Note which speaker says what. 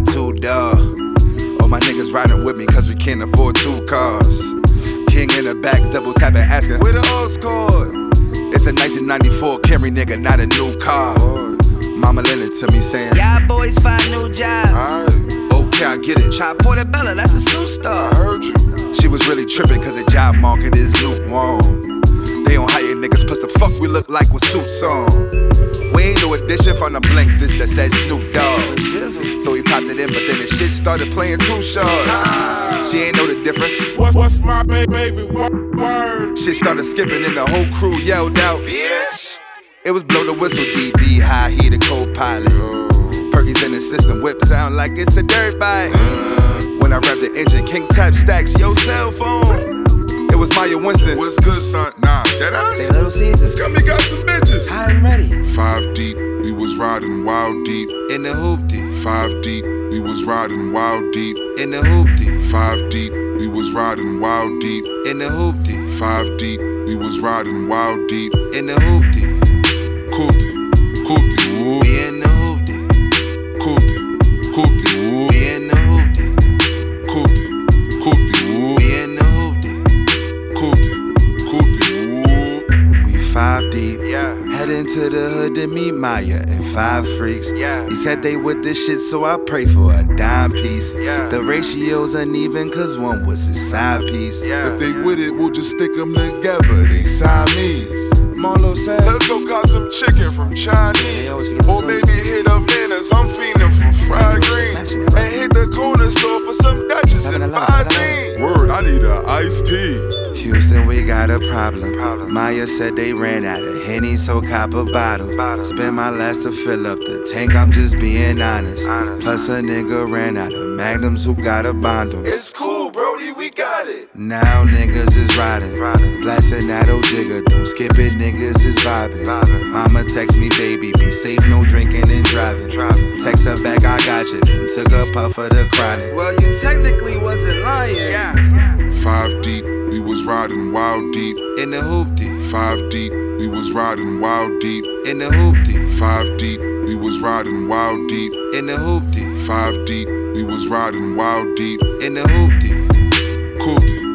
Speaker 1: duh. All my niggas riding with me cause we can't afford two cars. King in the back, double tapping, asking, where the old scored? It's a 1994 Camry nigga, not a new car. Mama lent it to me saying,
Speaker 2: Y'all boys find new jobs.
Speaker 1: Alright, okay, I get it.
Speaker 2: Try Portobello, that's a superstar.
Speaker 1: heard you. She was really tripping cause the job market is lukewarm. They don't hire niggas, plus the fuck we look like with suits on. We ain't no addition from the blink this that says Snoop Dogg. So he popped it in, but then the shit started playing too short.
Speaker 2: Ah.
Speaker 1: She ain't know the difference.
Speaker 3: What's, what's my ba- baby wo- word?
Speaker 1: Shit started skipping and the whole crew yelled out, Bitch! It was blow the whistle, DB high, he the co pilot. Perky's in the system, whip sound like it's a dirt bike. When I rev the engine, King type stacks, yo cell phone. It was Maya Winston.
Speaker 3: What's good, son? Nah, that
Speaker 2: They
Speaker 3: us?
Speaker 2: little Caesars.
Speaker 3: Scummy got some bitches.
Speaker 2: Hot and ready.
Speaker 3: Five deep, we was riding wild deep.
Speaker 1: In the hoopty,
Speaker 3: Five deep, we was riding wild deep.
Speaker 1: in the hoopty,
Speaker 3: Five deep, we was riding wild deep.
Speaker 1: in the hoopty,
Speaker 3: Five deep, we was riding wild deep.
Speaker 1: in the hoopty,
Speaker 3: Coopty, coopty, woo.
Speaker 1: we in the hoopty,
Speaker 3: Coopty, coopty, woo.
Speaker 1: we in the hoopty,
Speaker 3: Coopty, coopty, woo.
Speaker 1: we in the hoopty.
Speaker 3: Coopty, coopty, woo.
Speaker 1: We five deep.
Speaker 4: Yeah.
Speaker 1: Head into the hood to meet Maya and five freaks.
Speaker 4: Yeah.
Speaker 1: He said they with this shit, so I pray for a dime piece.
Speaker 4: Yeah.
Speaker 1: The ratio's uneven, cause one was his side piece.
Speaker 4: Yeah.
Speaker 3: If they with it, we'll just stick 'em together. They Siamese.
Speaker 1: Marlo said,
Speaker 3: Let's go cop some chicken from Chinese.
Speaker 2: always get the
Speaker 3: Or
Speaker 2: sauce.
Speaker 3: maybe hit up Nana's. I'm fiending for fried greens. And hit the corner store for some Dutchess
Speaker 2: Stop it
Speaker 3: and
Speaker 2: alive, stop it
Speaker 3: five zines. Word, I need a iced tea.
Speaker 1: Houston, we got a problem.
Speaker 4: Problem.
Speaker 1: Maya said they ran out of Henny, so cop a bottle.
Speaker 4: Bottle.
Speaker 1: Spend my last to fill up the tank, I'm just being honest.
Speaker 4: Honest.
Speaker 1: Plus, a nigga ran out of Magnums who got a bond 'em.
Speaker 3: It's cool, Brody, we got it.
Speaker 1: Now niggas is riding,
Speaker 4: Riding.
Speaker 1: blasting that old jigger. Don't skip it, niggas is vibing.
Speaker 4: Vibing.
Speaker 1: Mama text me, baby, be safe, no drinking and driving.
Speaker 4: Driving.
Speaker 1: Text her back, I got you. Then took a puff of the chronic.
Speaker 2: Well, you technically wasn't lying.
Speaker 3: Five deep, we was riding wild deep.
Speaker 1: In the hoopty,
Speaker 3: Five deep, we was riding wild deep.
Speaker 1: in the hoopty,
Speaker 3: Five deep, we was riding wild deep.
Speaker 1: in the hoopty,
Speaker 3: Five deep, we was riding wild deep.
Speaker 1: in the hoopty.
Speaker 3: Coopty,